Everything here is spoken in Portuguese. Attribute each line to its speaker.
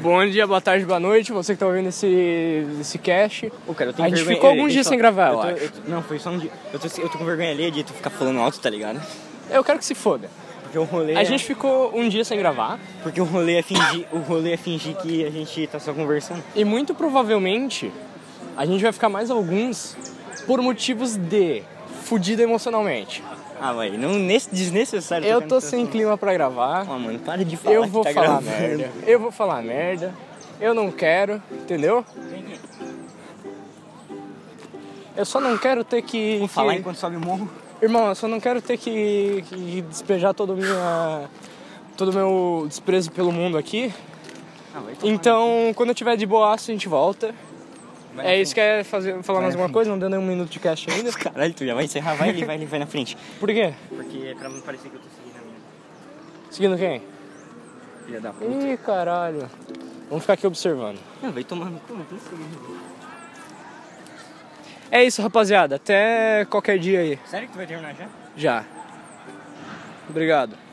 Speaker 1: Bom dia, boa tarde, boa noite, você que tá ouvindo esse, esse cast.
Speaker 2: Ô, cara, eu
Speaker 1: A
Speaker 2: tenho
Speaker 1: gente
Speaker 2: vergonha-
Speaker 1: ficou
Speaker 2: eu-
Speaker 1: alguns
Speaker 2: eu
Speaker 1: dias
Speaker 2: só-
Speaker 1: sem gravar, eu
Speaker 2: tô-
Speaker 1: acho.
Speaker 2: tô- não, foi só um dia. Eu tô, eu tô com vergonha ali de tu ficar falando alto, tá ligado?
Speaker 1: Eu quero que se foda.
Speaker 2: Porque o rolê.
Speaker 1: A
Speaker 2: é-
Speaker 1: gente ficou um dia sem gravar
Speaker 2: Porque o rolê é fingir. O rolê é fingir que a gente tá só conversando.
Speaker 1: e muito provavelmente a gente vai ficar mais alguns por motivos de fudido emocionalmente.
Speaker 2: Ah, vai, não nesse desnecessário.
Speaker 1: Eu
Speaker 2: tocar
Speaker 1: tô
Speaker 2: nesse
Speaker 1: sem
Speaker 2: assunto.
Speaker 1: clima pra gravar.
Speaker 2: um- Ó, mano, para de falar.
Speaker 1: Eu
Speaker 2: que
Speaker 1: vou
Speaker 2: tá
Speaker 1: falar
Speaker 2: gravando.
Speaker 1: merda. Eu vou falar merda. Eu não quero, entendeu? Eu só não quero ter que.
Speaker 2: Vou falar
Speaker 1: que-
Speaker 2: enquanto sobe o morro.
Speaker 1: Irmão, eu só não quero ter que, que despejar todo o minha, todo o meu desprezo pelo mundo aqui.
Speaker 2: Ah, vai tomar.
Speaker 1: Então, quando eu tiver de boaço, a gente volta.
Speaker 2: Vai na
Speaker 1: É isso. Quer fazer, falar mais
Speaker 2: na
Speaker 1: alguma coisa? Não deu nem um minuto de cast ainda.
Speaker 2: Caralho, tu já vai encerrar, vai ele, vai ele, vai na frente.
Speaker 1: Por quê?
Speaker 2: Porque é pra não parecer que eu tô seguindo a minha.
Speaker 1: Seguindo quem?
Speaker 2: Filha da puta.
Speaker 1: Ih, caralho. Vamos ficar aqui observando.
Speaker 2: Ah, vai tomar no cu, não tem seguindo.
Speaker 1: É isso, rapaziada. Até qualquer dia aí.
Speaker 2: Sério que tu vai terminar já?
Speaker 1: Já. Obrigado.